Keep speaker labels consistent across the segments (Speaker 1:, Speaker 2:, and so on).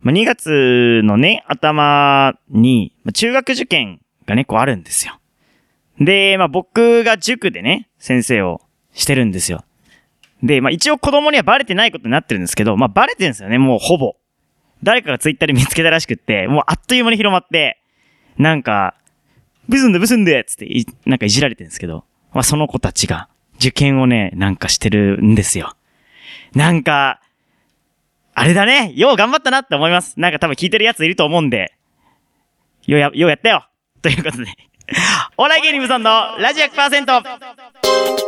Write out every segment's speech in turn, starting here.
Speaker 1: まあ、2月のね、頭に、まあ、中学受験がね、こうあるんですよ。で、まあ、僕が塾でね、先生をしてるんですよ。で、まあ、一応子供にはバレてないことになってるんですけど、まあ、バレてるんですよね、もうほぼ。誰かがツイッターで見つけたらしくって、もうあっという間に広まって、なんか、ブスンでブスンでっつってい、なんかいじられてるんですけど、まあ、その子たちが受験をね、なんかしてるんですよ。なんか、あれだね、よう頑張ったなって思います。なんか多分聞いてるやついると思うんで、ようや、ようやったよ ということで、お笑い芸人無尊のラジオ 100%!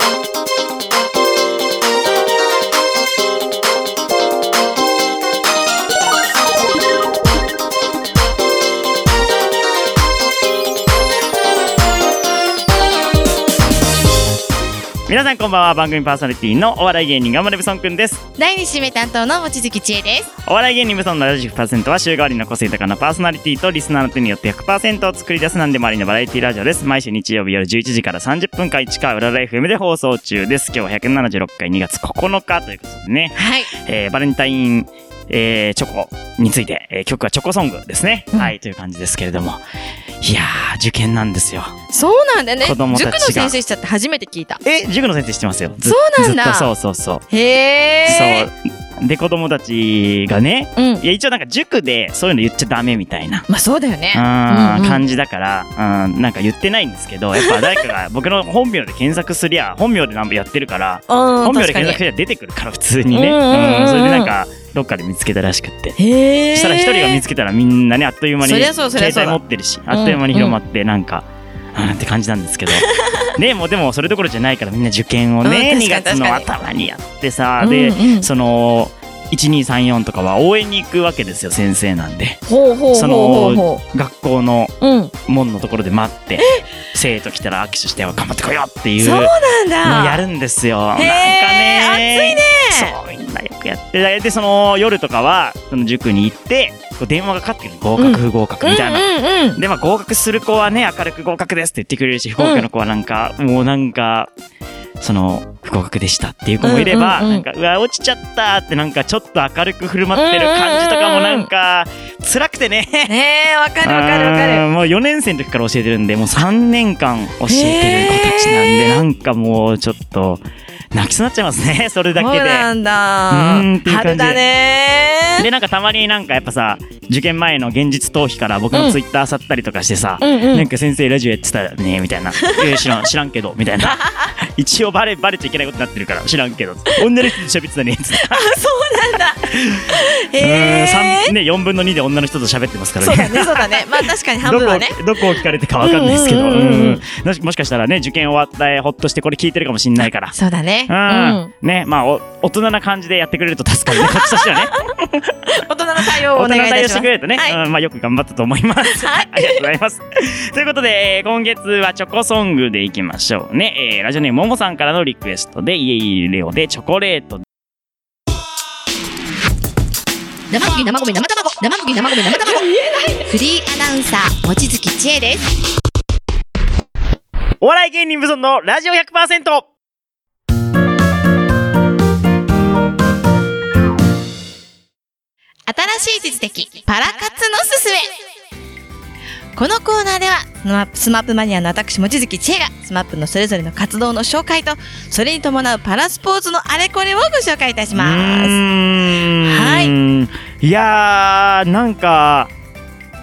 Speaker 1: 皆さんこんばんは、番組パーソナリティのお笑い芸人がんばれブソンくんです。
Speaker 2: 第二締め担当の望月千恵です。
Speaker 1: お笑い芸人無双のラジオ100%は週替わりの個性豊かなパーソナリティとリスナーの手によって100%を作り出すなんでもありのバラエティラジオです。毎週日曜日夜11時から30分間1回裏ライフ M で放送中です。今日は176回2月9日ということでね、
Speaker 2: はい。
Speaker 1: えーバレンタイン、えーチョコについて、えー曲はチョコソングですね。
Speaker 2: うん
Speaker 1: はい、という感じですけれども。いやー、受験なんですよ。
Speaker 2: そうなんだね。
Speaker 1: 子
Speaker 2: 塾
Speaker 1: 供
Speaker 2: の
Speaker 1: たちが
Speaker 2: 先生したって初めて聞いた。
Speaker 1: え、塾の先生知ってますよ。ず
Speaker 2: そうなんだ
Speaker 1: ずっとそうそうそう。
Speaker 2: へえ。
Speaker 1: そう。で、子供たちがね、
Speaker 2: そう。うん
Speaker 1: い。や、一応なんか塾でそういうの言っちゃダメみたいな。
Speaker 2: まあそうだよね。
Speaker 1: あー
Speaker 2: うんうん
Speaker 1: 感じだから、うん、なんか言ってないんですけどやっぱ誰かが 僕の本名で検索すりゃ本名で何もやってるから
Speaker 2: うん
Speaker 1: 本名で
Speaker 2: 確
Speaker 1: 検
Speaker 2: かに
Speaker 1: 索す。りゃ出てくるから普通にね、
Speaker 2: うんうんうんうん
Speaker 1: うんそれでなんかどっかで見つけたらしくって。
Speaker 2: へえ。
Speaker 1: そしたら一人が見つけたらみんなねあっという間に
Speaker 2: そりゃそうそり
Speaker 1: 携
Speaker 2: ゃそうだ
Speaker 1: 帯持ってるしあっという間に広まってなんか、あーって感じなんですけ どねもうでもそれどころじゃないからみんな受験をね、
Speaker 2: うん
Speaker 1: 2
Speaker 2: 確か
Speaker 1: 月
Speaker 2: に
Speaker 1: の
Speaker 2: 確か
Speaker 1: 頭にやってさで、
Speaker 2: うんうん
Speaker 1: その1234とかは応援に行くわけですよ先生なんで
Speaker 2: ほうほう
Speaker 1: そ
Speaker 2: ほうほうほ
Speaker 1: の学校の
Speaker 2: う。うん。
Speaker 1: 門のところで待って生徒来たら握手して頑張ってこいよっていう
Speaker 2: そう
Speaker 1: のを
Speaker 2: なんだ。
Speaker 1: やるんですよ。なんか
Speaker 2: へー
Speaker 1: ね
Speaker 2: 熱いね
Speaker 1: そうみんなよくやってでその夜とかはその塾に行ってこう電話がかかってくる合格不合格みたいな。
Speaker 2: うんうんうん。
Speaker 1: でまあ、合格する子はね明るく合格ですって言ってくれるし不合格の子はなんか、もうなんかその不合格でしたっていう子もいれば、
Speaker 2: うんうんうん
Speaker 1: なんかうわ落ちちゃったってなんかちょっと明るく振る舞ってる感じとかもなんか辛くてね
Speaker 2: ねえわかるわかるわか
Speaker 1: あ
Speaker 2: る。
Speaker 1: ーもう4年生の時から教えてるんでもう3年間教えてる子たちなんで、
Speaker 2: へー
Speaker 1: なんかもうちょっと泣きそうになっちゃいます ねそれだ
Speaker 2: そう
Speaker 1: けで。
Speaker 2: なん
Speaker 1: うーんっ
Speaker 2: だ
Speaker 1: ていう感じ。
Speaker 2: 春だね。
Speaker 1: でなんかたまになんかやっぱさ受験前の現実逃避から僕のツイッター漁ったりとかしてさ、
Speaker 2: うんう
Speaker 1: なん
Speaker 2: ん。
Speaker 1: か先生ラジオやってたよねみたいな「いや知らん知らんけど」みたいな 一応バレバレちゃいけないことになってるから知らんけ ど女の人と喋ってたねつって
Speaker 2: あそうなんだ。
Speaker 1: う
Speaker 2: へ
Speaker 1: ん
Speaker 2: え
Speaker 1: 三。ね4分の2で女の人と喋ってますから
Speaker 2: そうだねそうだね。まあ確かに半
Speaker 1: ど
Speaker 2: 分
Speaker 1: こを
Speaker 2: はね。
Speaker 1: どこを聞かれてかわかんないですけど、
Speaker 2: うんうんうんうん
Speaker 1: うんうんもしもしかしたらね受験終わってほっとしてこれ聞いてるかもしんないから。
Speaker 2: そうだね。
Speaker 1: う
Speaker 2: うん。
Speaker 1: ん、ねまあお大人な感じでやってくれると助かるねこっちとしてはね
Speaker 2: 大人の対 応をお
Speaker 1: 大人
Speaker 2: 願い
Speaker 1: ない対応し
Speaker 2: たし
Speaker 1: て
Speaker 2: ます
Speaker 1: く。れるとね、
Speaker 2: はい
Speaker 1: うんまあ、よく頑張ったと思います
Speaker 2: はい
Speaker 1: ありがとうございますということで、えー今月はチョコソングでいきましょうね、えーラジオネームももさんからのリクエストで「イエイレオ」で「チョコレート」
Speaker 3: 生麦生米生卵生麦生米生卵フリーアナウンサー望月千恵です
Speaker 1: お笑い芸人無尊のラジオ100%
Speaker 3: 新しい実績
Speaker 2: パラ活のすすめこのコーナーではスマップスマップマニアの私望月千恵がスマップのそれぞれの活動の紹介とそれに伴うパラスポーツのあれこれをご紹介いたしま
Speaker 1: う
Speaker 2: す。
Speaker 1: ーんいやーなんか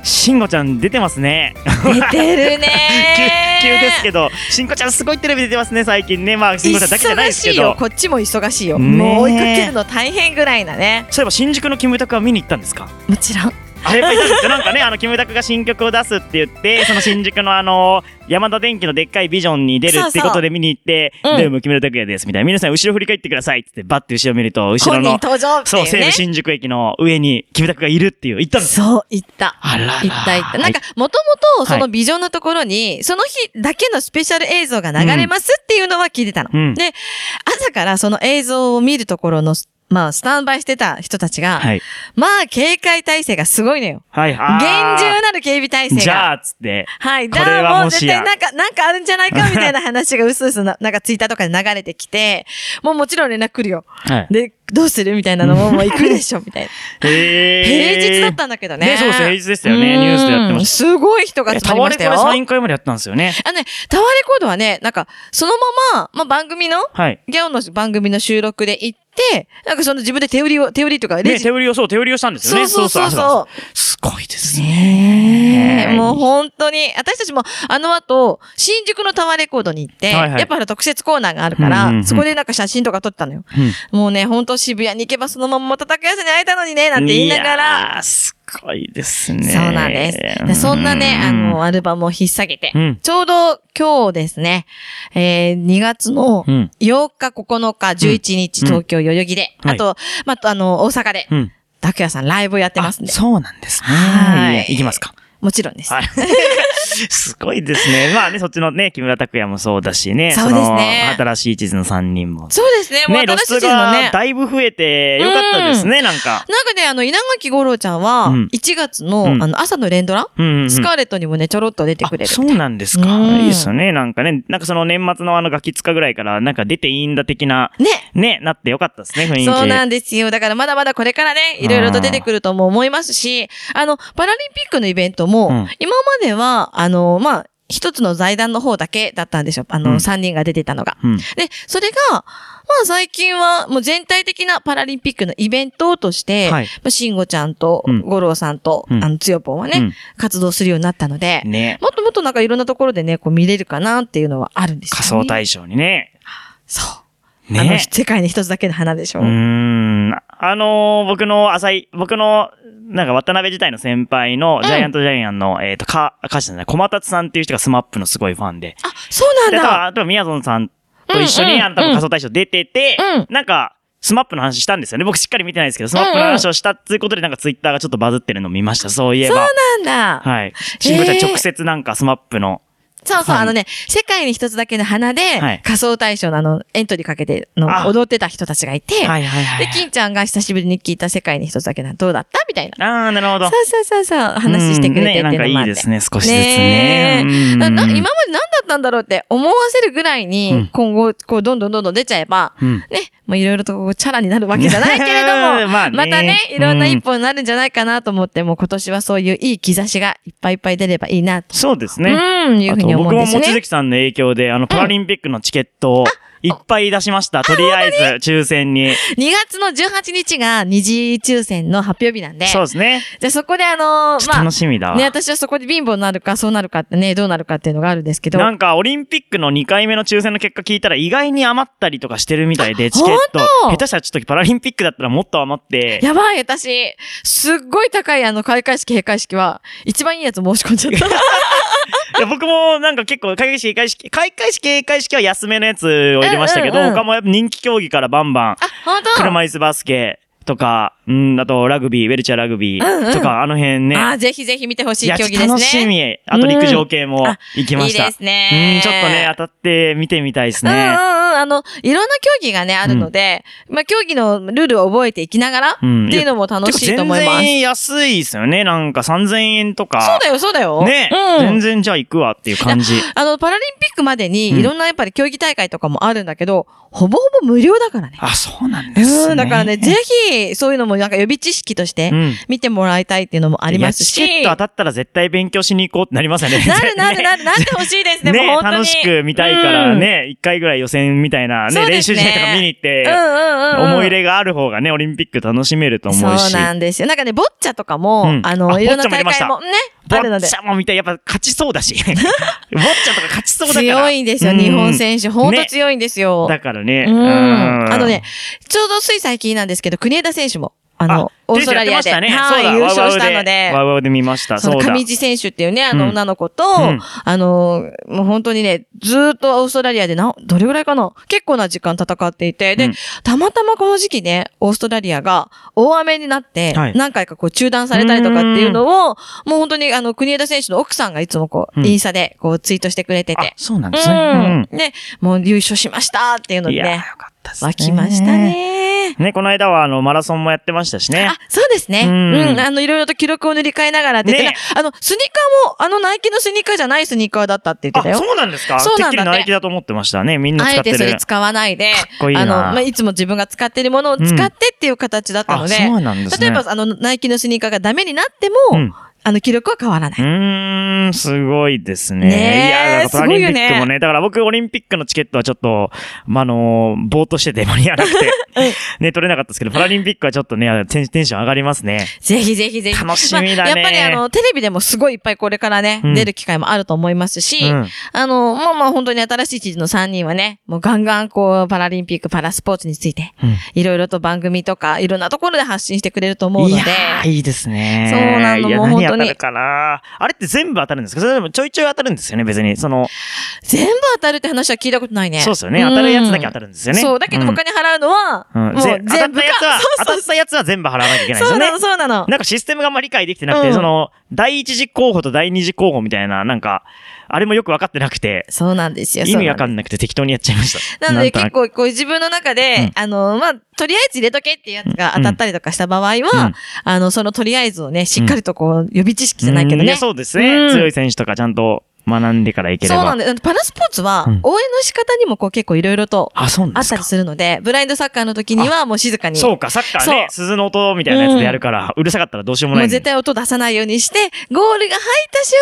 Speaker 1: しんごちゃん出てますね
Speaker 2: 出てる
Speaker 1: 急
Speaker 2: ね
Speaker 1: 急ですけどしんごちゃんすごいテレビ出てますね最近ねまあしんごちゃんだけじゃないですけ
Speaker 2: 忙しいよ
Speaker 1: ど
Speaker 2: こっちも忙しいよ、
Speaker 1: ねえ
Speaker 2: もう追いかけるの大変ぐらいだね
Speaker 1: そういえば新宿のキムタクは見に行ったんです か
Speaker 2: もちろん
Speaker 1: あやっぱりいたんですかなんかねあのキムタクが新曲を出すって言ってその新宿のあの山田電機のでっかいビジョンに出るってことで見に行って「
Speaker 2: そうそううん
Speaker 1: でも木村拓哉です」みたいな「皆さん後ろ振り返ってください」って言ってバッて後ろ見ると後ろ
Speaker 2: 本人
Speaker 1: の
Speaker 2: 登場って
Speaker 1: そう
Speaker 2: いう
Speaker 1: 西
Speaker 2: ね
Speaker 1: 武新宿駅の上にキムタクがいるっていう行ったんです
Speaker 2: そう言った
Speaker 1: あらら
Speaker 2: 行った行った。なんか、もともとそのビジョンのところに、その日だけのスペシャル映像が流れますっていうのは聞いてたの。
Speaker 1: うん
Speaker 2: で、朝からその映像を見るところの、まあ、スタンバイしてた人たちが、
Speaker 1: はい
Speaker 2: まあ、警戒体制がすごいのよ。
Speaker 1: はいは
Speaker 2: 厳
Speaker 1: い
Speaker 2: 重なる警備体制が。
Speaker 1: じゃあっつって
Speaker 2: はい。
Speaker 1: こ
Speaker 2: だ
Speaker 1: れは
Speaker 2: からも
Speaker 1: も
Speaker 2: う
Speaker 1: し
Speaker 2: 絶
Speaker 1: や
Speaker 2: 対なんか、なんかあるんじゃないかみたいな話がうすうすな、なんかツイッターとかで流れてきて、もうもちろん連絡来るよ。
Speaker 1: はい
Speaker 2: で、どうするみたいなのも、もう行くでしょ、みたいな。
Speaker 1: へー
Speaker 2: 平日だったんだけどね。
Speaker 1: ねそうです平日でしたよね
Speaker 2: うん
Speaker 1: ニュースでやってまし
Speaker 2: すごい人が
Speaker 1: え
Speaker 2: 集ま
Speaker 1: タ
Speaker 2: り
Speaker 1: ワ
Speaker 2: ま
Speaker 1: レコ
Speaker 2: した
Speaker 1: で
Speaker 2: よ。
Speaker 1: サイン会までやったんですよね。
Speaker 2: あのね、タワーレコードはね、なんか、そのまま、まあ、番組の、
Speaker 1: はい。
Speaker 2: ギャオの番組の収録で行って、なんかその自分で手売りを、手売りとか、レ
Speaker 1: ね、
Speaker 2: ジ。
Speaker 1: 手売りを、そう、手売りをしたんですよね。
Speaker 2: そうそうそうそう
Speaker 1: うそう。すごいですね。
Speaker 2: ね
Speaker 1: ね
Speaker 2: えもう本当に、私たちもあの後、新宿のタワーレコードに行って、
Speaker 1: はいはい
Speaker 2: やっぱあの特設コーナーがあるから、
Speaker 1: うんうんうん
Speaker 2: そこでなんか写真とか撮ったのよ。
Speaker 1: うん
Speaker 2: もうね、本当渋谷に行けばそのまままた高安に会えたのにね、なんて言いながら、
Speaker 1: やー。すごいですね。
Speaker 2: そうなんです。でそんなね、あの、、アルバムを引っ提げて、
Speaker 1: うん
Speaker 2: ちょうど今日ですね、えー、2月の
Speaker 1: うん。
Speaker 2: 8日、9日、11日、
Speaker 1: うん
Speaker 2: 東京、代々木で、
Speaker 1: はい
Speaker 2: あと、まあ、あの、大阪で、
Speaker 1: うん。
Speaker 2: 拓也さんライブやってますん
Speaker 1: あ
Speaker 2: で、
Speaker 1: そうなんですね。
Speaker 2: はい
Speaker 1: やいきますか。
Speaker 2: もちろんです。
Speaker 1: はい。すごいですね。まあね、そっちのね、木村拓哉もそうだしね。
Speaker 2: そうですね
Speaker 1: その新しい地図の3人も。
Speaker 2: そうですね、もう
Speaker 1: ね、露
Speaker 2: 新しい
Speaker 1: 出
Speaker 2: 地図の
Speaker 1: が
Speaker 2: ね。
Speaker 1: だいぶ増えて、よかったですね、なんか。
Speaker 2: なんかね、あの、稲垣吾郎ちゃんは、
Speaker 1: うん
Speaker 2: 1月の、
Speaker 1: うん
Speaker 2: あの、朝の連ドラ、
Speaker 1: うんうんうん
Speaker 2: スカーレットにもね、ちょろっと出てくれる
Speaker 1: あ。そうなんですか。
Speaker 2: うん
Speaker 1: いいですよね。なんかね、なんかその年末のあのガキ使ぐらいから、なんか出ていいんだ的な、
Speaker 2: ね。
Speaker 1: ね、なってよかったですね、雰囲気。
Speaker 2: そうなんですよ。だからまだまだこれからね、いろいろと出てくるとも思いますし、あの、パラリンピックのイベントも、
Speaker 1: うん
Speaker 2: 今までは、あの、まあ、一つの財団の方だけだったんですよ。あ
Speaker 1: う
Speaker 2: の、
Speaker 1: ん
Speaker 2: 三3人が出てたのが。
Speaker 1: うん。
Speaker 2: で、それが、まあ最近はもう全体的なパラリンピックのイベントとして、
Speaker 1: はい
Speaker 2: まあ、慎吾ちゃんと
Speaker 1: うん
Speaker 2: 五郎さんと、
Speaker 1: うん
Speaker 2: あの、つよぽんはね、
Speaker 1: うん
Speaker 2: 活動するようになったので、
Speaker 1: ね。
Speaker 2: もっともっとなんかいろんなところでね、こう見れるかなっていうのはあるんですよ、ね。
Speaker 1: 仮想大賞にね。
Speaker 2: そう。あの、
Speaker 1: ね。
Speaker 2: 世界に一つだけの花でしょ。
Speaker 1: うーん。あのー僕の浅い、僕の、なんか渡辺自体の先輩の、ジャイアントジャイアンの、えっ、と、か、歌手じゃない、小松さんっていう人がスマップのすごいファンで。
Speaker 2: あ、そう
Speaker 1: で、あ
Speaker 2: なん
Speaker 1: と
Speaker 2: だ
Speaker 1: は、あとはみやぞんさんと一緒に、
Speaker 2: うんうん
Speaker 1: あの、多分仮想大賞出てて、
Speaker 2: う
Speaker 1: なんか、スマップの話したんですよね。僕しっかり見てないですけど、スマップの話をしたっていうことで、なんかツイッターがちょっとバズってるのを見ました。そういえば。
Speaker 2: なんだ。
Speaker 1: はい。慎吾ちゃん直接なんかスマップの、
Speaker 2: そうそう、
Speaker 1: はい
Speaker 2: あのね、世界に一つだけの花で、
Speaker 1: はい
Speaker 2: 仮想大賞のあの、エントリーかけての
Speaker 1: あ
Speaker 2: 踊ってた人たちがいて、
Speaker 1: いはい
Speaker 2: で、金ちゃんが久しぶりに聞いた世界に一つだけの花どうだったみたいな。
Speaker 1: ああ、なるほ
Speaker 2: そ
Speaker 1: ど
Speaker 2: う。そうそうそう、話してくれてって
Speaker 1: うんね、なん
Speaker 2: いう
Speaker 1: か
Speaker 2: のもあ
Speaker 1: いい
Speaker 2: っ
Speaker 1: で
Speaker 2: て。
Speaker 1: すね、少しずつね。
Speaker 2: ねえ
Speaker 1: うん
Speaker 2: なな今まで何だったんだろうって思わせるぐらいに、
Speaker 1: うん
Speaker 2: 今後、こう、どんどんどんどん出ちゃえば、
Speaker 1: うん
Speaker 2: ね、まあ、いろいろとこう、チャラになるわけじゃないけれども、
Speaker 1: まあね
Speaker 2: またね、いろんな
Speaker 1: うん
Speaker 2: 一歩になるんじゃないかなと思って、もう今年はそういういい兆しがいっぱいいっぱい出ればいいなと。
Speaker 1: そうですね。
Speaker 2: うん、いうふうに
Speaker 1: あと
Speaker 2: 思う
Speaker 1: 僕
Speaker 2: ん
Speaker 1: も
Speaker 2: ですよ
Speaker 1: 望
Speaker 2: ね。
Speaker 1: 月さんの影響で、あの、パラリンピックのチケットをいっぱい出しました。とりあえず、抽選に。
Speaker 2: 2月の18日が二次抽選の発表日なんで、
Speaker 1: そうですね。
Speaker 2: じゃあそこであのー
Speaker 1: ちょっと
Speaker 2: ま
Speaker 1: 楽しみだ
Speaker 2: あ、
Speaker 1: わ。
Speaker 2: ね、私はそこで貧乏になるか、そうなるかってね、どうなるかっていうのがあるんですけど、
Speaker 1: なんか、オリンピックの2回目の抽選の結果聞いたら、意外に余ったりとかしてるみたいで、チケット
Speaker 2: ほん。
Speaker 1: 下
Speaker 2: と
Speaker 1: 手したらちょっとパラリンピックだったらもっと余って、
Speaker 2: やばい、私、すっごい高いあの、開会式、閉会式は、一番いいやつ申し込んじ ゃった。
Speaker 1: いや僕もなんか結構、開会式、閉会式、開会式、閉会式は安めのやつを入れましたけど、
Speaker 2: うんうんうん
Speaker 1: 他もやっぱ人気競技からバンバン、
Speaker 2: あ、本当
Speaker 1: 車椅子バスケとか、うん、あとラグビー、ウェルチャーラグビ
Speaker 2: うんう
Speaker 1: ー
Speaker 2: ん
Speaker 1: とか、あの辺ね。
Speaker 2: あ、ぜひぜひ見てほしい
Speaker 1: いや
Speaker 2: 競技ですね。
Speaker 1: 楽しみ。あと陸上系も
Speaker 2: あ
Speaker 1: 行きました。
Speaker 2: いいですね
Speaker 1: うん、ちょっとね、当たって見てみたいです
Speaker 2: うんうんうん。
Speaker 1: ね。
Speaker 2: あの、いろんな競技がね、あるので、まあ、競技のルールを覚えていきながら、って
Speaker 1: うん
Speaker 2: いうのも楽しいと思いま
Speaker 1: てか全
Speaker 2: す。
Speaker 1: 然安いですよね。なんか3000円とか。
Speaker 2: そうだよ、そうだよ。
Speaker 1: ね、
Speaker 2: うん
Speaker 1: 全。然じゃあ行くわっていう感じ。
Speaker 2: あの、パラリンピックまでに、
Speaker 1: うん
Speaker 2: いろんなやっぱり競技大会とかもあるんだけど、ほぼほぼ無料だからね。
Speaker 1: あ、そうなんです、
Speaker 2: う
Speaker 1: ね。
Speaker 2: ん、だからね、ぜひ、そういうのもなんか予備知識として
Speaker 1: うん、
Speaker 2: 見てもらいたいっていうのもありますし。
Speaker 1: いやチケット当たったら絶対勉強しに行こうってなりますよね。
Speaker 2: な るなるな
Speaker 1: る。
Speaker 2: る、なってほしいですね、
Speaker 1: ね
Speaker 2: もう本当に。
Speaker 1: 楽しく見たいから
Speaker 2: うん。
Speaker 1: ね、一、回ぐらい予選みたいなね、
Speaker 2: そうで
Speaker 1: 練
Speaker 2: すね
Speaker 1: 習試合とか見に行って、
Speaker 2: うんうんうんうん。
Speaker 1: 思い入れがある方がね、オリンピック楽しめると思うし。
Speaker 2: そうなんですよ。なんかね、ボッチャとかも、
Speaker 1: うん
Speaker 2: あ
Speaker 1: あ
Speaker 2: の、いろんな
Speaker 1: ボッチャも入
Speaker 2: 大
Speaker 1: れまし
Speaker 2: 会
Speaker 1: た
Speaker 2: もね、
Speaker 1: ボ
Speaker 2: あるので
Speaker 1: ッチ。ャも見たい。やっぱ勝ちそう だし。ボッチャとか勝ちそうだから。
Speaker 2: 強いんですよ、
Speaker 1: うん
Speaker 2: 日本選手。ほんと
Speaker 1: ね
Speaker 2: 強いんですよ。
Speaker 1: だからね。
Speaker 2: う
Speaker 1: うん
Speaker 2: ん。あのね、ちょうどつい最近なんですけど、国枝選手も、あの、オーストラリアで、
Speaker 1: テニスやってま
Speaker 2: は
Speaker 1: したね
Speaker 2: い、優勝した
Speaker 1: ワウワウ
Speaker 2: ので
Speaker 1: でワ、ウワウで見ました。
Speaker 2: そ
Speaker 1: そ
Speaker 2: の
Speaker 1: うだ。
Speaker 2: 上地選手っていうね、あ
Speaker 1: う
Speaker 2: の
Speaker 1: ん
Speaker 2: 女の子と、
Speaker 1: うん
Speaker 2: あの、もう本当にね、ずーっとオーストラリアでな、どれぐらいかな結構な時間戦っていて、で、
Speaker 1: うん
Speaker 2: たまたまこの時期ね、オーストラリアが大雨になって
Speaker 1: は、い
Speaker 2: 何回かこう中断されたりとかっていうのを、もう本当にあの、国枝選手の奥さんがいつもこう、
Speaker 1: うん
Speaker 2: インスタでこうツイートしてくれて
Speaker 1: あ
Speaker 2: て、
Speaker 1: そうなん
Speaker 2: う
Speaker 1: ですね。
Speaker 2: ん。ね、もう優勝しましたっていう
Speaker 1: う
Speaker 2: の
Speaker 1: ん。い
Speaker 2: で
Speaker 1: やー、よ
Speaker 2: ね、
Speaker 1: かったですね。
Speaker 2: 湧きましたね。ね。
Speaker 1: ね、この間はあの、マラソンもやってましたしね
Speaker 2: あ。、そうですね。
Speaker 1: う
Speaker 2: うんん。あの、いろいろと記録を塗り替えながらって言ってたあの、スニーカーも、あの、ナイキのスニーカーじゃないスニーカーだったって言って
Speaker 1: あ、
Speaker 2: たよ。
Speaker 1: そうなんですか
Speaker 2: そう
Speaker 1: てっ
Speaker 2: なん
Speaker 1: き
Speaker 2: だね
Speaker 1: りナイキだと思ってましたね。みんな
Speaker 2: あ
Speaker 1: 使っ
Speaker 2: え
Speaker 1: て
Speaker 2: てそれ
Speaker 1: る。
Speaker 2: 使わないで、
Speaker 1: こいいな
Speaker 2: あの、まあ、いつも自分が使ってるものを使ってっていう形だったの
Speaker 1: あ、
Speaker 2: で、
Speaker 1: そうなんですね。
Speaker 2: 例えば、あの、ナイキのスニーカーがダメになっても、
Speaker 1: うん
Speaker 2: あの、記録は変わらな
Speaker 1: う
Speaker 2: い。
Speaker 1: ーん、すごいですね。
Speaker 2: ねえ
Speaker 1: いや、だから
Speaker 2: すごいよ
Speaker 1: パ
Speaker 2: ね
Speaker 1: ラリンピックもね、だから僕オリンピックのチケットはちょっと、まあ、あの、ぼーっとしてて間に合わなくて、ね、取れなかったですけど、パラリンピックはちょっとね、テンテンション上がりますね。
Speaker 2: ぜひぜひぜひ。
Speaker 1: 楽しみだね
Speaker 2: まあやっぱりあの、テレビでもすごいいっぱいこれからね、
Speaker 1: うん
Speaker 2: 出る機会もあると思いますし、
Speaker 1: うん
Speaker 2: あの、まあまあ本当に新しい地図の3人はね、もうガンガンこう、パラリンピック、パラスポーツについて、
Speaker 1: うん
Speaker 2: いろいろと番組とか、いろんなところで発信してくれると思う
Speaker 1: い
Speaker 2: の
Speaker 1: や
Speaker 2: で、
Speaker 1: ー、いいですね。
Speaker 2: そうなの
Speaker 1: いや、
Speaker 2: もう本当
Speaker 1: 何当た
Speaker 2: に
Speaker 1: るかなあれって全部当たるんですかそれでもちょいちょい当たるんですよね、別に。その、
Speaker 2: 全部当たるって話は聞いたことないね。
Speaker 1: そうですよね。当たるやつだけ当た
Speaker 2: る。
Speaker 1: るんですよね。
Speaker 2: そう、だけど
Speaker 1: ん
Speaker 2: 他に払うのは、
Speaker 1: うん
Speaker 2: もう
Speaker 1: ぜ
Speaker 2: 全部
Speaker 1: 当たったやつ は
Speaker 2: か、、
Speaker 1: 当たったやつは全部払わなきゃいけないんですよ
Speaker 2: そう
Speaker 1: ね
Speaker 2: な。の、そうなの。
Speaker 1: なんかシステムがあんまり理解できてなくて、
Speaker 2: うん
Speaker 1: その、第一次候補と第二次候補みたいな、なんか、あれもよく分かってなくて、
Speaker 2: そうなんですよ。
Speaker 1: 意味わか
Speaker 2: ない。
Speaker 1: んなくて適当にやっちゃいました。
Speaker 2: なので
Speaker 1: んと
Speaker 2: 結構こう自分の中で、あの、まあ、とりあえず入れとけっていうやつが当たったりとかした場合は、
Speaker 1: うん
Speaker 2: あの、そのとりあえずをね、しっかりとこう、予備知識じゃないけど
Speaker 1: うんいや
Speaker 2: ね。
Speaker 1: そうですね、
Speaker 2: うん
Speaker 1: 強い選手とかちゃんと学んでからいけれ
Speaker 2: そう
Speaker 1: ば。
Speaker 2: なんです。パラスポーツは
Speaker 1: うん、
Speaker 2: 応援の仕方にもこう結構いろいろと
Speaker 1: あ、そうなん
Speaker 2: あ
Speaker 1: で
Speaker 2: っ
Speaker 1: す
Speaker 2: た
Speaker 1: か
Speaker 2: り。するので、ブラインドサッカーの時にはもう静かに。
Speaker 1: そうか、サッカーね、鈴の音みたいなやつでやるから、うるさかったらどうしようも
Speaker 2: も
Speaker 1: ないうのに
Speaker 2: 絶対音出さないようにして、ゴールが入った瞬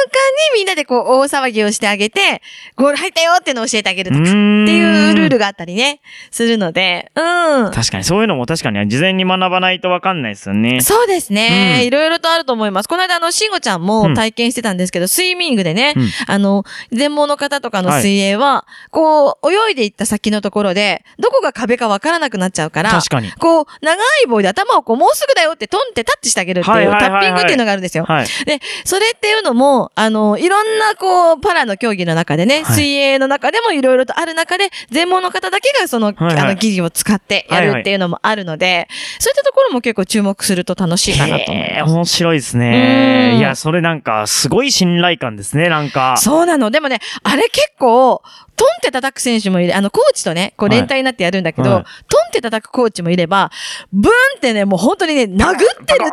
Speaker 2: 間にみんなでこう大騒ぎをしてあげて、ゴール入ったよっていうのを教えてあげるとか、
Speaker 1: う
Speaker 2: って
Speaker 1: ーん
Speaker 2: いうルールがあったりね、するので、うん。
Speaker 1: 確かに、そういうのも確かに事前に学ばないとわかんないですよね。
Speaker 2: そうですね。
Speaker 1: うん
Speaker 2: いろいろとあると思います。この間、あの、しんごちゃん
Speaker 1: うん
Speaker 2: も体験してたんですけど、スイミングでね、
Speaker 1: うん
Speaker 2: あの、全盲の方とかの水泳は、こう、泳いでいった先のところで、どこが壁かわからなくなっちゃうから、
Speaker 1: 確かに。
Speaker 2: こう、長い棒で頭をこう、もうすぐだよってトンってタッチしてあげるっていう、
Speaker 1: はいはいはい
Speaker 2: タ
Speaker 1: はい
Speaker 2: ッピングっていうのがあるんですよ。
Speaker 1: はい。
Speaker 2: で、それっていうのも、あの、いろんなこう、パラの競技の中でね、
Speaker 1: はい
Speaker 2: 水泳の中でもいろいろとある中で、全盲の方だけがその、
Speaker 1: はいはい
Speaker 2: あの、技技を使ってやるっていうのもあるので、そういったところも結構注目すると楽しいかなと思い
Speaker 1: えー
Speaker 2: ます。
Speaker 1: 面白いですね。
Speaker 2: うん
Speaker 1: いや、それなんか、すごい信頼感ですね、なんか。
Speaker 2: そうなの。でもね、あれ結構、トンって叩く選手もいる。あの、コーチとね、こう
Speaker 1: はい
Speaker 2: 連帯になってやるんだけど、
Speaker 1: はい
Speaker 2: トンって叩くコーチもいれば、ブーンってね、もう本当にね、殴ってるっ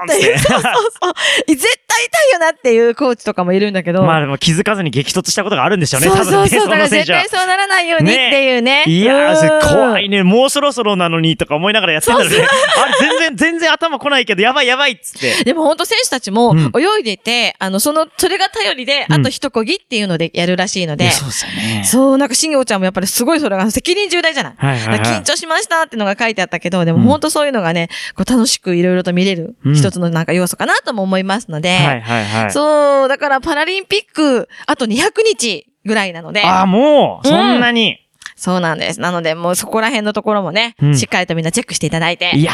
Speaker 2: ていう、
Speaker 1: パ
Speaker 2: そ
Speaker 1: コン
Speaker 2: うそうそう。絶対痛いよなっていうコーチとかもいるんだけど。
Speaker 1: まあでも気づかずに激突したことがあるんでしょうね、
Speaker 2: そうそうそう。
Speaker 1: 多
Speaker 2: だ
Speaker 1: 分ね、その
Speaker 2: から
Speaker 1: 選
Speaker 2: 絶
Speaker 1: 手は
Speaker 2: 対。そうならないようにっていうね。
Speaker 1: いやー、それ怖い
Speaker 2: ね。
Speaker 1: ね。もうそろそろなのにとか思いながらやってたので、ね、 あれ全然、全然頭来ないけど、やばいやばいっつって。
Speaker 2: でも本当選手たちも
Speaker 1: うん
Speaker 2: 泳いでて、あの、その、それが頼りで、
Speaker 1: うん
Speaker 2: あと一こぎっていうのでやるらしいの
Speaker 1: い
Speaker 2: で
Speaker 1: や、そうですよね。
Speaker 2: そう、なんか、しんちゃんもやっぱりすごいそれが責任重大じゃない。
Speaker 1: はいはいはい
Speaker 2: だから緊張しましたってのが書いてあったけど、でも
Speaker 1: うん
Speaker 2: 本当そういうのがね、こう楽しくいろいろと見れる
Speaker 1: うん
Speaker 2: 一つのなんか要素かなとも思いますので、
Speaker 1: はいはいはい。
Speaker 2: そう、だからパラリンピック、あと200日ぐらいなので、
Speaker 1: ああ、もう、
Speaker 2: うん
Speaker 1: そんなに。
Speaker 2: そうなんです。なので、もうそこら辺のところもね、
Speaker 1: うん
Speaker 2: しっかりとみんなチェックしていただいて、
Speaker 1: いや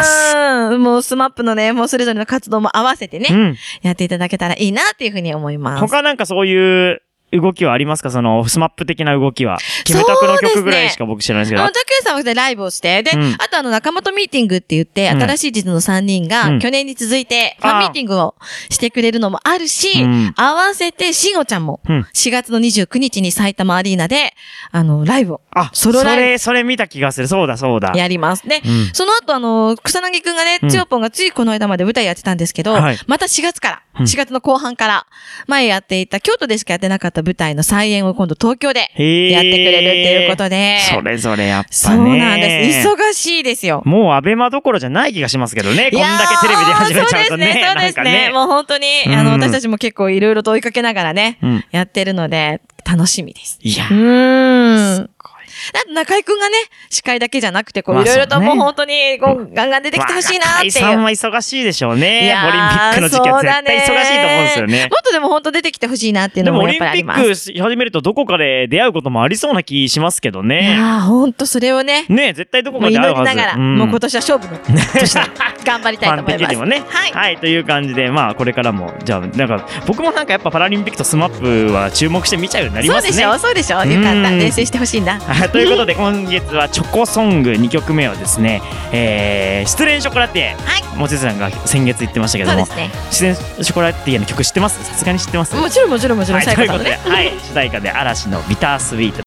Speaker 2: うーん、もうスマップのね、もうそれぞれの活動も合わせてね、
Speaker 1: ー、うん。
Speaker 2: やっていただけたらいいなっていうふうに思います。
Speaker 1: 他なんかそういう動きはありますかその、スマップ的な動きは。キムタクの曲ぐらいしか僕知らないですけ
Speaker 2: あ
Speaker 1: ど。
Speaker 2: の、拓也さんはねライブをして、で、
Speaker 1: うん
Speaker 2: あとあの、仲間とミーティングって言って、
Speaker 1: うん
Speaker 2: 新しい地図の3人
Speaker 1: う
Speaker 2: が
Speaker 1: ん、
Speaker 2: 去年に続いて、フ
Speaker 1: あー
Speaker 2: ァンミーティングをしてくれるのもあるし、
Speaker 1: うん
Speaker 2: 合わせて、しんごちゃんも、
Speaker 1: うん
Speaker 2: 4月の29日に埼玉アリーナで、あの、ライブを
Speaker 1: あ、
Speaker 2: ソロライ
Speaker 1: そ
Speaker 2: ブ
Speaker 1: れ、それ見た気がする。そうだそうだ。
Speaker 2: やります。で、
Speaker 1: うん
Speaker 2: その後あの、草薙くんがね
Speaker 1: うん、
Speaker 2: つよぽんがついこの間まで舞台やってたんですけど、
Speaker 1: はい
Speaker 2: また4月か
Speaker 1: うん
Speaker 2: ら、4月の後半から、前やっていた、京都でしかやってなかった舞台の再演を今度東京で、
Speaker 1: へえ。
Speaker 2: やってくれるっていうことで、
Speaker 1: それぞれやっぱね。
Speaker 2: そうなんです。忙しいですよ。
Speaker 1: もうアベマどころじゃない気がしますけどね。こんだけテレビで始めちゃうとね。
Speaker 2: いやーそうですね、そうですね。
Speaker 1: なんかね。
Speaker 2: もう本当に、
Speaker 1: うん
Speaker 2: あの、私たちも結構いろいろと追いかけながらね、
Speaker 1: うん
Speaker 2: やってるので、楽しみです。
Speaker 1: いや
Speaker 2: う、ーん。
Speaker 1: これ
Speaker 2: だって中井くんがね、司会だけじゃなくて、こ
Speaker 1: ま
Speaker 2: う、
Speaker 1: あ
Speaker 2: いろいろと
Speaker 1: そうね
Speaker 2: もう本当に、こう、ガンガン出てきてほしいなって
Speaker 1: 若
Speaker 2: いう。
Speaker 1: 井さんは忙しいでしょう
Speaker 2: い
Speaker 1: ね。
Speaker 2: やー
Speaker 1: オリンピックの時期は絶対忙しいと思うんですよ
Speaker 2: そだ
Speaker 1: ね
Speaker 2: も。っとでも本当出てきてほしいなっていう
Speaker 1: で
Speaker 2: の
Speaker 1: もオ
Speaker 2: もや
Speaker 1: リ
Speaker 2: っ
Speaker 1: ン
Speaker 2: ぱ
Speaker 1: ピ
Speaker 2: りあ
Speaker 1: ッ
Speaker 2: ります。
Speaker 1: クし始めるとどこかで出会うこともありそうな気しますけど
Speaker 2: い
Speaker 1: ね。
Speaker 2: やー、本当それをね、
Speaker 1: ね絶対どこ
Speaker 2: も
Speaker 1: か
Speaker 2: う
Speaker 1: で
Speaker 2: 祈
Speaker 1: 会う
Speaker 2: り
Speaker 1: はず。
Speaker 2: ながら、
Speaker 1: うん
Speaker 2: もう今年は勝負の年だ頑張りたいと
Speaker 1: ファン
Speaker 2: 思い
Speaker 1: 的
Speaker 2: ます。
Speaker 1: にもね。
Speaker 2: はい
Speaker 1: という感じで、まあ、これからも、じゃあ、なんか、僕もなんかやっぱパラリンピックとスマップは注目して見ちゃうようになり
Speaker 2: そ
Speaker 1: ま
Speaker 2: う
Speaker 1: す
Speaker 2: で
Speaker 1: ね。
Speaker 2: しょ、そうでしょ。よかった。
Speaker 1: うん
Speaker 2: 練習してほしいな。
Speaker 1: はい ということで、今月はチョコソング2曲目はですね、えー、失恋ショコラティエ。
Speaker 2: は
Speaker 1: もちさんが先月言ってましたけ
Speaker 2: そ
Speaker 1: ど
Speaker 2: う
Speaker 1: も、
Speaker 2: ですね。
Speaker 1: 失恋ショコラティエの曲知ってますさすがに知ってます
Speaker 2: もちろんもちろんもちろん、
Speaker 1: はい、
Speaker 2: 最
Speaker 1: とい
Speaker 2: 後
Speaker 1: う
Speaker 2: さ
Speaker 1: こ
Speaker 2: ん
Speaker 1: と
Speaker 2: の
Speaker 1: で、
Speaker 2: ね。
Speaker 1: はい、主題歌で嵐のビタースイート。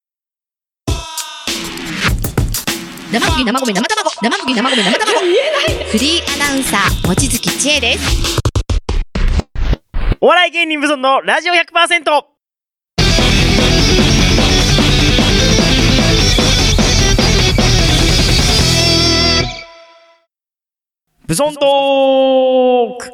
Speaker 3: 生麦生米生卵生麦生米生卵フリーアナウンサー望月千恵です
Speaker 1: お笑い芸人無尊のラジオ 100%! 無尊トーク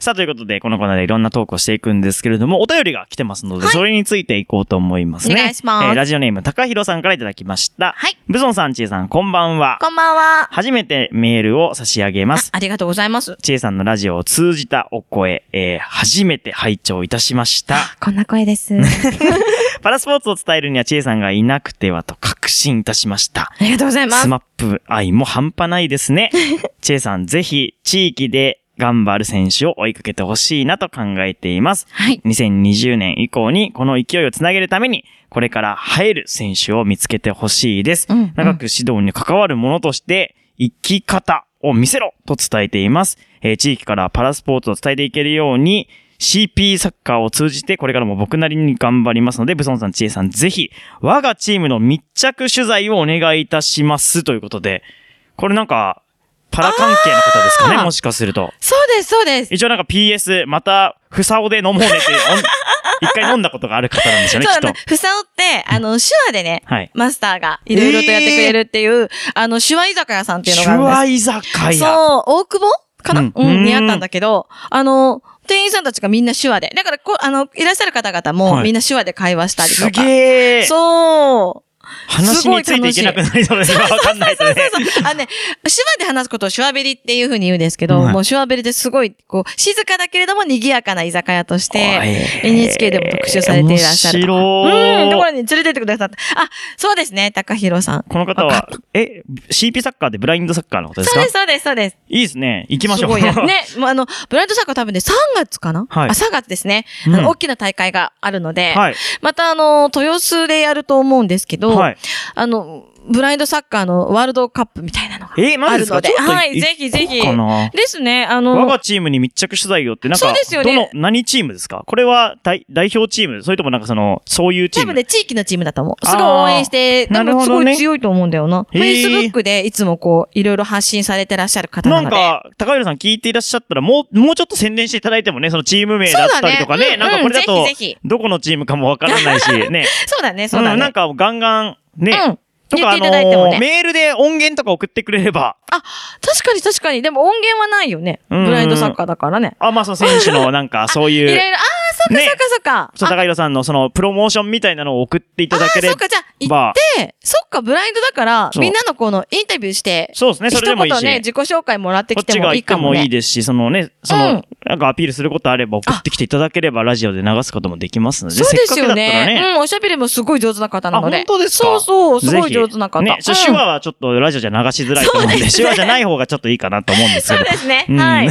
Speaker 1: さあ、ということで、このコーナーでいろんなトークをしていくんですけれども、お便りが来てますので、それについていこうと思いますね。
Speaker 2: お願いします
Speaker 1: えーラジオネーム、高弘さんからいただきました。
Speaker 2: はい。
Speaker 1: ブソンさん、ちえさん、こんばんは。
Speaker 2: こんばんは。
Speaker 1: 初めてメールを差し上げま
Speaker 2: あ
Speaker 1: す。
Speaker 2: ありがとうございます。
Speaker 1: ちえさんのラジオを通じたお声、えー初めて拝聴いたしました。
Speaker 2: こんな声です。
Speaker 1: パラスポーツを伝えるにはちえさんがいなくてはと確信いたしました。
Speaker 2: ありがとうございます
Speaker 1: ス。マップ愛も半端ないですね。 ちえさん、ぜひ地域で頑張る選手を追いかけてほしいなと考えています。
Speaker 2: はい。
Speaker 1: 2020年以降にこの勢いをつなげるために、これから生える選手を見つけてほしいです。
Speaker 2: うんうん
Speaker 1: 長く指導に関わるものとして、生き方を見せろと伝えています。えー地域からパラスポーツを伝えていけるように、CP サッカーを通じてこれからも僕なりに頑張りますので、ブソンさん、ちえさん、ぜひ、我がチームの密着取材をお願いいたします。ということで、これなんか、パラ関係の方ですかね
Speaker 2: あー
Speaker 1: もしかすると。
Speaker 2: そうです、そうです。
Speaker 1: 一応なんか PS、また、ふさおで飲もうねって、おん一回飲んだことがある方なんですよね、きっ
Speaker 2: そうな
Speaker 1: と
Speaker 2: の。。ふさおって、あの、手話でね、
Speaker 1: はい。
Speaker 2: マスターがいろいろとやってくれるっていう、あの、手話居酒屋さんっていうのがあるんです
Speaker 1: 手居酒屋。
Speaker 2: そう、大久保かな、
Speaker 1: うん
Speaker 2: うん、にあったんだけど、あの、店員さんたちがみんな手話で。だからこう、あの、いらっしゃる方々
Speaker 1: は
Speaker 2: も
Speaker 1: い
Speaker 2: みんな手話で会話したりとか。
Speaker 1: すげえ
Speaker 2: そう。
Speaker 1: 話についていけなくなりそうですね。わかんないですね。
Speaker 2: あのね、手話で話すことを手話べりっていうふうに言うんですけど、
Speaker 1: はい
Speaker 2: もう手話べりですごい、こう、静かだけれども賑やかな居酒屋として、
Speaker 1: えー
Speaker 2: NHK でも特集されていらっしゃるとか。
Speaker 1: 面白い
Speaker 2: うん、ところに連れてってくださった。あ、そうですね、高弘さん。
Speaker 1: この方は、え、CP サッカーでブラインドサッカーのことです
Speaker 2: そう
Speaker 1: か
Speaker 2: です、そうです、そうです。
Speaker 1: いいですね。行きましょう。
Speaker 2: すごい ね。ね、もうあの、ブラインドサッカー多分ね、3月かな、
Speaker 1: はい
Speaker 2: あ、3月ですね、
Speaker 1: うん
Speaker 2: あの大きな大会があるので、
Speaker 1: はい。
Speaker 2: またあの、豊洲でやると思うんですけど、
Speaker 1: はい。
Speaker 2: あの、ブラインドサッカーのワールドカップみたいなのが
Speaker 1: えー、マ
Speaker 2: あ
Speaker 1: ジで
Speaker 2: る
Speaker 1: すか
Speaker 2: ので、はい、ぜひぜひ。
Speaker 1: かな
Speaker 2: ですね、あ
Speaker 1: 我
Speaker 2: の
Speaker 1: が、チームに密着取材よって、なん
Speaker 2: そ
Speaker 1: か、
Speaker 2: うですよ
Speaker 1: ど
Speaker 2: ね
Speaker 1: の、何チームですかこれは代代表チームそれともなんかその、そういうチー
Speaker 2: 多
Speaker 1: ム
Speaker 2: 分ね、地域のチームだと思う。
Speaker 1: あー
Speaker 2: すごい応援して、多
Speaker 1: なる
Speaker 2: 分
Speaker 1: ほ
Speaker 2: す
Speaker 1: ど
Speaker 2: ご
Speaker 1: ね
Speaker 2: い強いと思うんだよな。
Speaker 1: へー
Speaker 2: Facebook でいつもこう、いろいろ発信されてらっしゃる方な
Speaker 1: なん
Speaker 2: ので。
Speaker 1: か、高浦さん聞いていらっしゃったら、もう、もうちょっと宣伝していただいてもね、そのチーム名だったりとかね、
Speaker 2: そうだね
Speaker 1: なんかこれだ
Speaker 2: うんう
Speaker 1: と
Speaker 2: んぜひぜひ、
Speaker 1: どこのチームかもわからないし、 ね。
Speaker 2: そうだね、そうだね。
Speaker 1: んなんかガンガン、ね。
Speaker 2: うん
Speaker 1: とか、あ
Speaker 2: 言ってい
Speaker 1: の
Speaker 2: ただいてもね
Speaker 1: ーメールで音源とか送ってくれれば、
Speaker 2: 確かに確かに。でも音源はないよね。ブ
Speaker 1: うん
Speaker 2: ラインドサッカーだからね。
Speaker 1: あ、まあその選手 のなんか、そう
Speaker 2: いろ
Speaker 1: い
Speaker 2: いうろ、、ああ、そっか
Speaker 1: ね
Speaker 2: そっかそっか。
Speaker 1: そう高浦さんのその、プロモーションみたいなのを送っていただけ
Speaker 2: ああー、
Speaker 1: れ
Speaker 2: そっか、じゃあ、行っ
Speaker 1: ば、
Speaker 2: て、そっか、ブラインドだから、
Speaker 1: そう
Speaker 2: みんなのこのインタビューして、
Speaker 1: そうですね、そ
Speaker 2: 一
Speaker 1: れでもいい
Speaker 2: 言
Speaker 1: し。
Speaker 2: ね、自己紹介もらって
Speaker 1: こっ
Speaker 2: き
Speaker 1: ち
Speaker 2: ても
Speaker 1: が
Speaker 2: いい
Speaker 1: 行っ
Speaker 2: か
Speaker 1: て
Speaker 2: も
Speaker 1: もいい
Speaker 2: ね。
Speaker 1: ですし、そのね、そうの
Speaker 2: ん、
Speaker 1: なんかアピールすることあれば送ってきていただければ、ラジオで流すこともできますので、
Speaker 2: そうです
Speaker 1: せっか
Speaker 2: よ
Speaker 1: くだったらね
Speaker 2: ね。うん、おしゃべりもすごい上手な方な
Speaker 1: あ、
Speaker 2: ので。
Speaker 1: 本当ですか
Speaker 2: そうそう、すご
Speaker 1: ぜ
Speaker 2: い
Speaker 1: ひ
Speaker 2: 上手な方。
Speaker 1: ね、
Speaker 2: うん
Speaker 1: 手話はちょっとラジオじゃ流しづらいと思うんで、
Speaker 2: そうです
Speaker 1: 手
Speaker 2: ね
Speaker 1: 話じゃない方がちょっといいかなと思うんですけ
Speaker 2: そう
Speaker 1: ど
Speaker 2: で。すね。
Speaker 1: うん
Speaker 2: はい。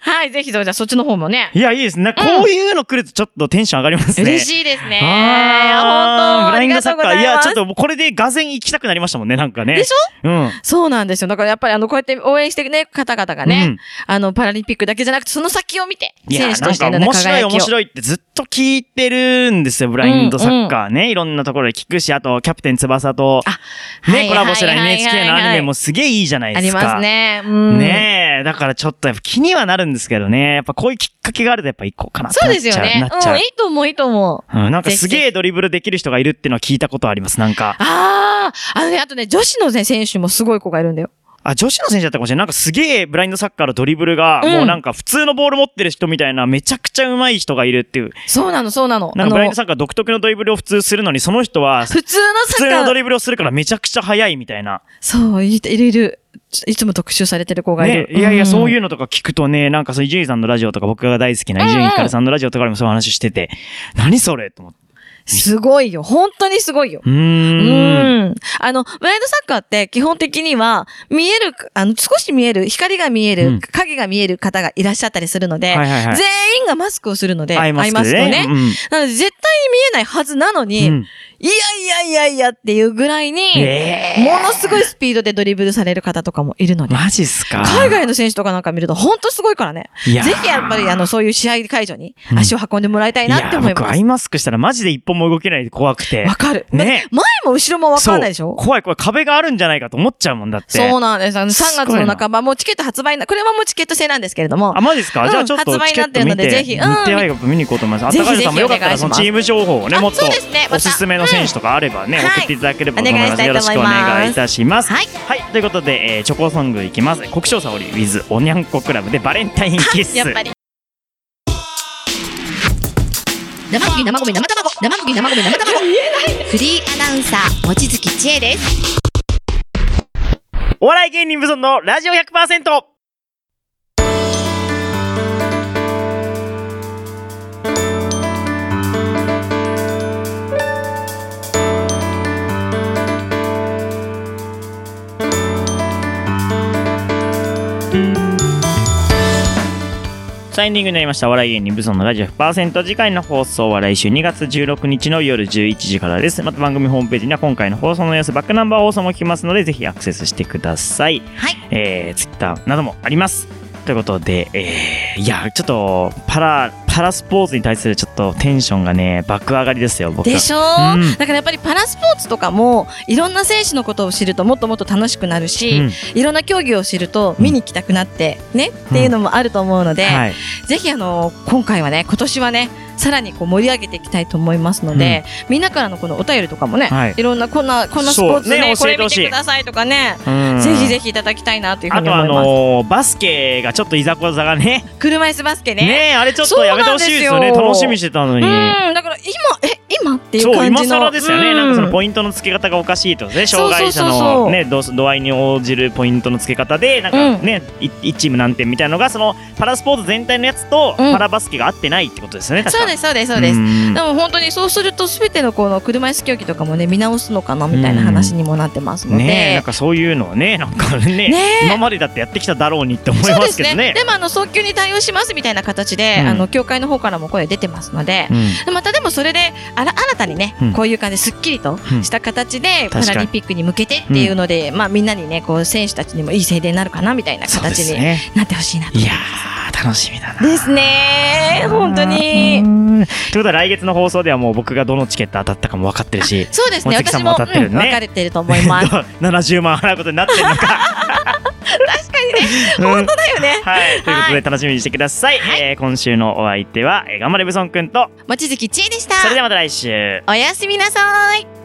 Speaker 2: はい、ぜひ、じゃあそっちの方もね。
Speaker 1: いや、いいですね。なんかこういうの来るとちょっとテンション上がりますね。
Speaker 2: 嬉
Speaker 1: い。
Speaker 2: しいですね。
Speaker 1: あー
Speaker 2: 本当
Speaker 1: ブ
Speaker 2: あ
Speaker 1: ライ
Speaker 2: り
Speaker 1: ンド
Speaker 2: が
Speaker 1: サ
Speaker 2: と
Speaker 1: ッ
Speaker 2: うご
Speaker 1: カ
Speaker 2: ざ
Speaker 1: ー。い
Speaker 2: い
Speaker 1: や、
Speaker 2: ます。
Speaker 1: ちょっともうこれでがぜん行きたくなりましたもんね、なんかね。
Speaker 2: でしょ
Speaker 1: うん。
Speaker 2: そうなんですよ。だからやっぱりあの、こうやって応援してね、方々がね、
Speaker 1: うん
Speaker 2: あの、パラリンピックだけじゃなくて、その先を見て、
Speaker 1: いや、
Speaker 2: 選手
Speaker 1: な
Speaker 2: と
Speaker 1: ん
Speaker 2: して
Speaker 1: か
Speaker 2: の
Speaker 1: 面白い
Speaker 2: 輝きを。
Speaker 1: 面白いってずっと聞いてるんですよ、ブラインドサッカーね。いろんなところで聞くし、あと、キャプテン翼と、
Speaker 2: は
Speaker 1: ね、
Speaker 2: い
Speaker 1: コラボしたら
Speaker 2: はいはい
Speaker 1: NHK のアニメもすげえいいじゃない
Speaker 2: あ
Speaker 1: で
Speaker 2: り
Speaker 1: すか。
Speaker 2: ますね。うん。
Speaker 1: ねえ、だからちょっとやっぱ気にはなるんですけどね。やっぱこういうきっかけがあるとやっぱ行こうかなって
Speaker 2: そう
Speaker 1: なっ
Speaker 2: で
Speaker 1: ち
Speaker 2: す
Speaker 1: ゃう。
Speaker 2: よね。
Speaker 1: なっちゃ
Speaker 2: う、
Speaker 1: うん
Speaker 2: い。いと思う、いいと思う。
Speaker 1: うん、なんか
Speaker 2: ぜひ
Speaker 1: すげえドリブルできる人がいるってのは聞いたことあります。なんか、
Speaker 2: ああ、あのね、あとね、女子のね、選手もすごい子がいるんだよ。
Speaker 1: あ、女子の選手だったかもしれない。なんかすげえブラインドサッカーのドリブルが、
Speaker 2: うん
Speaker 1: もうなんか普通のボール持ってる人みたいなめちゃくちゃ上手い人がいるっていう。
Speaker 2: そうなの、そうなの。
Speaker 1: なんかブライン
Speaker 2: の
Speaker 1: ド、サッカー独特のドリブルを普通するのに、その人は普
Speaker 2: 普通のサ
Speaker 1: 通
Speaker 2: ッ
Speaker 1: の
Speaker 2: カ
Speaker 1: ド
Speaker 2: ー。
Speaker 1: リブルをするからめちゃくちゃ速いみたいな。
Speaker 2: そう、いるいるいる。いつも特集されてる子がい
Speaker 1: ね
Speaker 2: る。、
Speaker 1: いやいや、そう
Speaker 2: う
Speaker 1: い
Speaker 2: ん。
Speaker 1: うのとか聞くとね、なんかその伊集院さんのラジオとか僕が大好きな伊集院光さんのラジオとかでもそういう話してて、何それと思って。
Speaker 2: すごいよ。本当にすごいよ。
Speaker 1: うーん。
Speaker 2: うん。あの、ブラインドサッカーって基本的には、見える、あの、少し見える、光が見える、
Speaker 1: うん
Speaker 2: 影が見える方がいらっしゃったりするので、
Speaker 1: はいはいはい
Speaker 2: 全員がマスクをするので、
Speaker 1: アイマスクでね。
Speaker 2: アイマスクをねなので、絶対に見えないはずなのに、
Speaker 1: うん
Speaker 2: いやいやいやいやっていうぐらいに、
Speaker 1: ええ
Speaker 2: ものすごいスピードでドリブルされる方とかもいるので、
Speaker 1: マジっすか
Speaker 2: 海外の選手とかなんか見ると本当すごいからね。
Speaker 1: い
Speaker 2: ぜひやっぱりあの、そういう試合会場に足を運んでもらいたいなって思い
Speaker 1: や僕
Speaker 2: ま
Speaker 1: ア
Speaker 2: す。
Speaker 1: イマスクしたらマジで一歩も動けないで怖くて。
Speaker 2: わかる。
Speaker 1: ね
Speaker 2: 前も後ろもわかんないでしょ
Speaker 1: そう怖い怖い。壁があるんじゃないかと思っちゃうもんだって。
Speaker 2: そうなんです。あの3
Speaker 1: すごいな
Speaker 2: 月の半ば、もうチケット発売な、これはもうチケット制なんですけれども
Speaker 1: あ、、マジですか、
Speaker 2: うん
Speaker 1: じゃあちょっと
Speaker 2: 発売
Speaker 1: チケ
Speaker 2: にな
Speaker 1: ッ
Speaker 2: っ
Speaker 1: ト
Speaker 2: てる
Speaker 1: 見
Speaker 2: の
Speaker 1: て、
Speaker 2: で
Speaker 1: 日
Speaker 2: ぜひうん
Speaker 1: 程ライブ見に行こうと思います。あた
Speaker 2: ぜひ
Speaker 1: かるさんもよかった
Speaker 2: ぜ
Speaker 1: ら、
Speaker 2: ひ
Speaker 1: そ
Speaker 2: お
Speaker 1: の
Speaker 2: 願いします
Speaker 1: チーム情報をね、
Speaker 2: あ
Speaker 1: もっと
Speaker 2: そうですねまた
Speaker 1: おすすめの選手とかあればね、
Speaker 2: はい
Speaker 1: 送っていただければと思い
Speaker 2: お
Speaker 1: ま
Speaker 2: 願いし
Speaker 1: す。
Speaker 2: たい
Speaker 1: よ
Speaker 2: と
Speaker 1: ろしく
Speaker 2: 思い
Speaker 1: お
Speaker 2: ます
Speaker 1: 願いいたします。
Speaker 3: はい
Speaker 1: ということで、えーチョコソングいきます。国章沙織 with おにゃんこクラブでバレンタインキッス。
Speaker 2: やっぱり。
Speaker 3: 生麦生米生卵生麦生米生卵フリーアナウンサー望月千恵です
Speaker 1: お笑い芸人無存のラジオ 100%! サインディングになりました。お笑い芸人、ブソンのラジオ100%。次回の放送は来週2月16日の夜11時からです。また番組ホームページには今回の放送の様子、バックナンバー放送も聞きますので、ぜひアクセスしてください。
Speaker 3: はい
Speaker 1: えー、Twitter などもあります。ということで、えー、いや、ちょっと、パラ、パラスポーツに対するちょっとテンションがね、爆上がりですよ、僕は。
Speaker 2: でしょ、
Speaker 1: うん
Speaker 2: だからやっぱりパラスポーツとかもいろんな選手のことを知るともっともっと楽しくなるし、
Speaker 1: うん
Speaker 2: いろんな競技を知ると見に行きたくなってね、っていうのもあると思うので、
Speaker 1: はい。
Speaker 2: ぜひあの今回はね今年はねさらにこう盛り上げていきたいと思いますので、みんなからのこのお便りとかもね、
Speaker 1: はい
Speaker 2: い、ろんなこんなこんなスポーツね
Speaker 1: そうね
Speaker 2: こ
Speaker 1: 教え
Speaker 2: れ
Speaker 1: てほ
Speaker 2: 見
Speaker 1: しい
Speaker 2: てくださいとかね、
Speaker 1: うん
Speaker 2: ぜひぜひいただきたいなというふう
Speaker 1: あ
Speaker 2: に
Speaker 1: と
Speaker 2: 思
Speaker 1: あ
Speaker 2: います。
Speaker 1: のーバスケがちょっといざこざがね、
Speaker 2: 車椅子バスケね。
Speaker 1: ねえあれちょっとやめてほしいですよね。
Speaker 2: そうなん
Speaker 1: 楽
Speaker 2: です
Speaker 1: し
Speaker 2: よ
Speaker 1: みにしてたの
Speaker 2: う
Speaker 1: に。
Speaker 2: ん、だから今え今っていう
Speaker 1: そう
Speaker 2: 感
Speaker 1: 今
Speaker 2: じの。
Speaker 1: 更ですよね、
Speaker 2: う
Speaker 1: なんかそのポイントの付け方がおかしいとね
Speaker 2: そ
Speaker 1: 障
Speaker 2: うそ
Speaker 1: 害
Speaker 2: う
Speaker 1: 者
Speaker 2: そうそう
Speaker 1: のね度度合いに応じるポイントの付け方でなんか
Speaker 2: うん
Speaker 1: ね、い一チーム何点みたいなのがそのパラスポーツ全体のやつと
Speaker 2: うん
Speaker 1: パラバスケが合ってないってことですよね確か
Speaker 2: そうですすそうですそうです。
Speaker 1: ん
Speaker 2: でも本当にそうするとすべてのこの車椅子競技とかもね見直すのかなみたいな話にもなってますので。
Speaker 1: ねえなんかそういうのはねなんかね
Speaker 2: ねえ
Speaker 1: 今までだってやってきただろうにって思い
Speaker 2: そう
Speaker 1: ま
Speaker 2: ですす
Speaker 1: けど
Speaker 2: ね。
Speaker 1: ね
Speaker 2: でもあの早急に対応しますみたいな形で、
Speaker 1: うん
Speaker 2: あの協会の方からも声出てますので、またでもそれであら新たにね、
Speaker 1: うん
Speaker 2: こういう感じですっきりと
Speaker 1: うん
Speaker 2: した形で
Speaker 1: か
Speaker 2: パ
Speaker 1: に
Speaker 2: ラリンピックに向けてっていうので、まあみんなにねこう選手たちにもいい制定になるかなみたいな
Speaker 1: そうで
Speaker 2: 形
Speaker 1: す
Speaker 2: に
Speaker 1: ね
Speaker 2: なってほしいなと
Speaker 1: いやー楽しみだな
Speaker 2: ですね本当
Speaker 1: う
Speaker 2: に
Speaker 1: んということは来月の放送ではもう僕がどのチケット当たったかも分かってるし
Speaker 2: そうですね
Speaker 1: 望月さ
Speaker 2: 私
Speaker 1: んも
Speaker 2: も、
Speaker 1: 当たってるね
Speaker 2: うん分かれてると思います
Speaker 1: 70万払うことになってるのか
Speaker 2: 確かにね
Speaker 1: うん
Speaker 2: 本当だよね
Speaker 1: はい、ということで楽しみにしてください。えー今週のお相手は、えー、頑張れブソンくんと、
Speaker 2: 望月千恵でした
Speaker 1: それではまた来週。
Speaker 2: おやすみなさい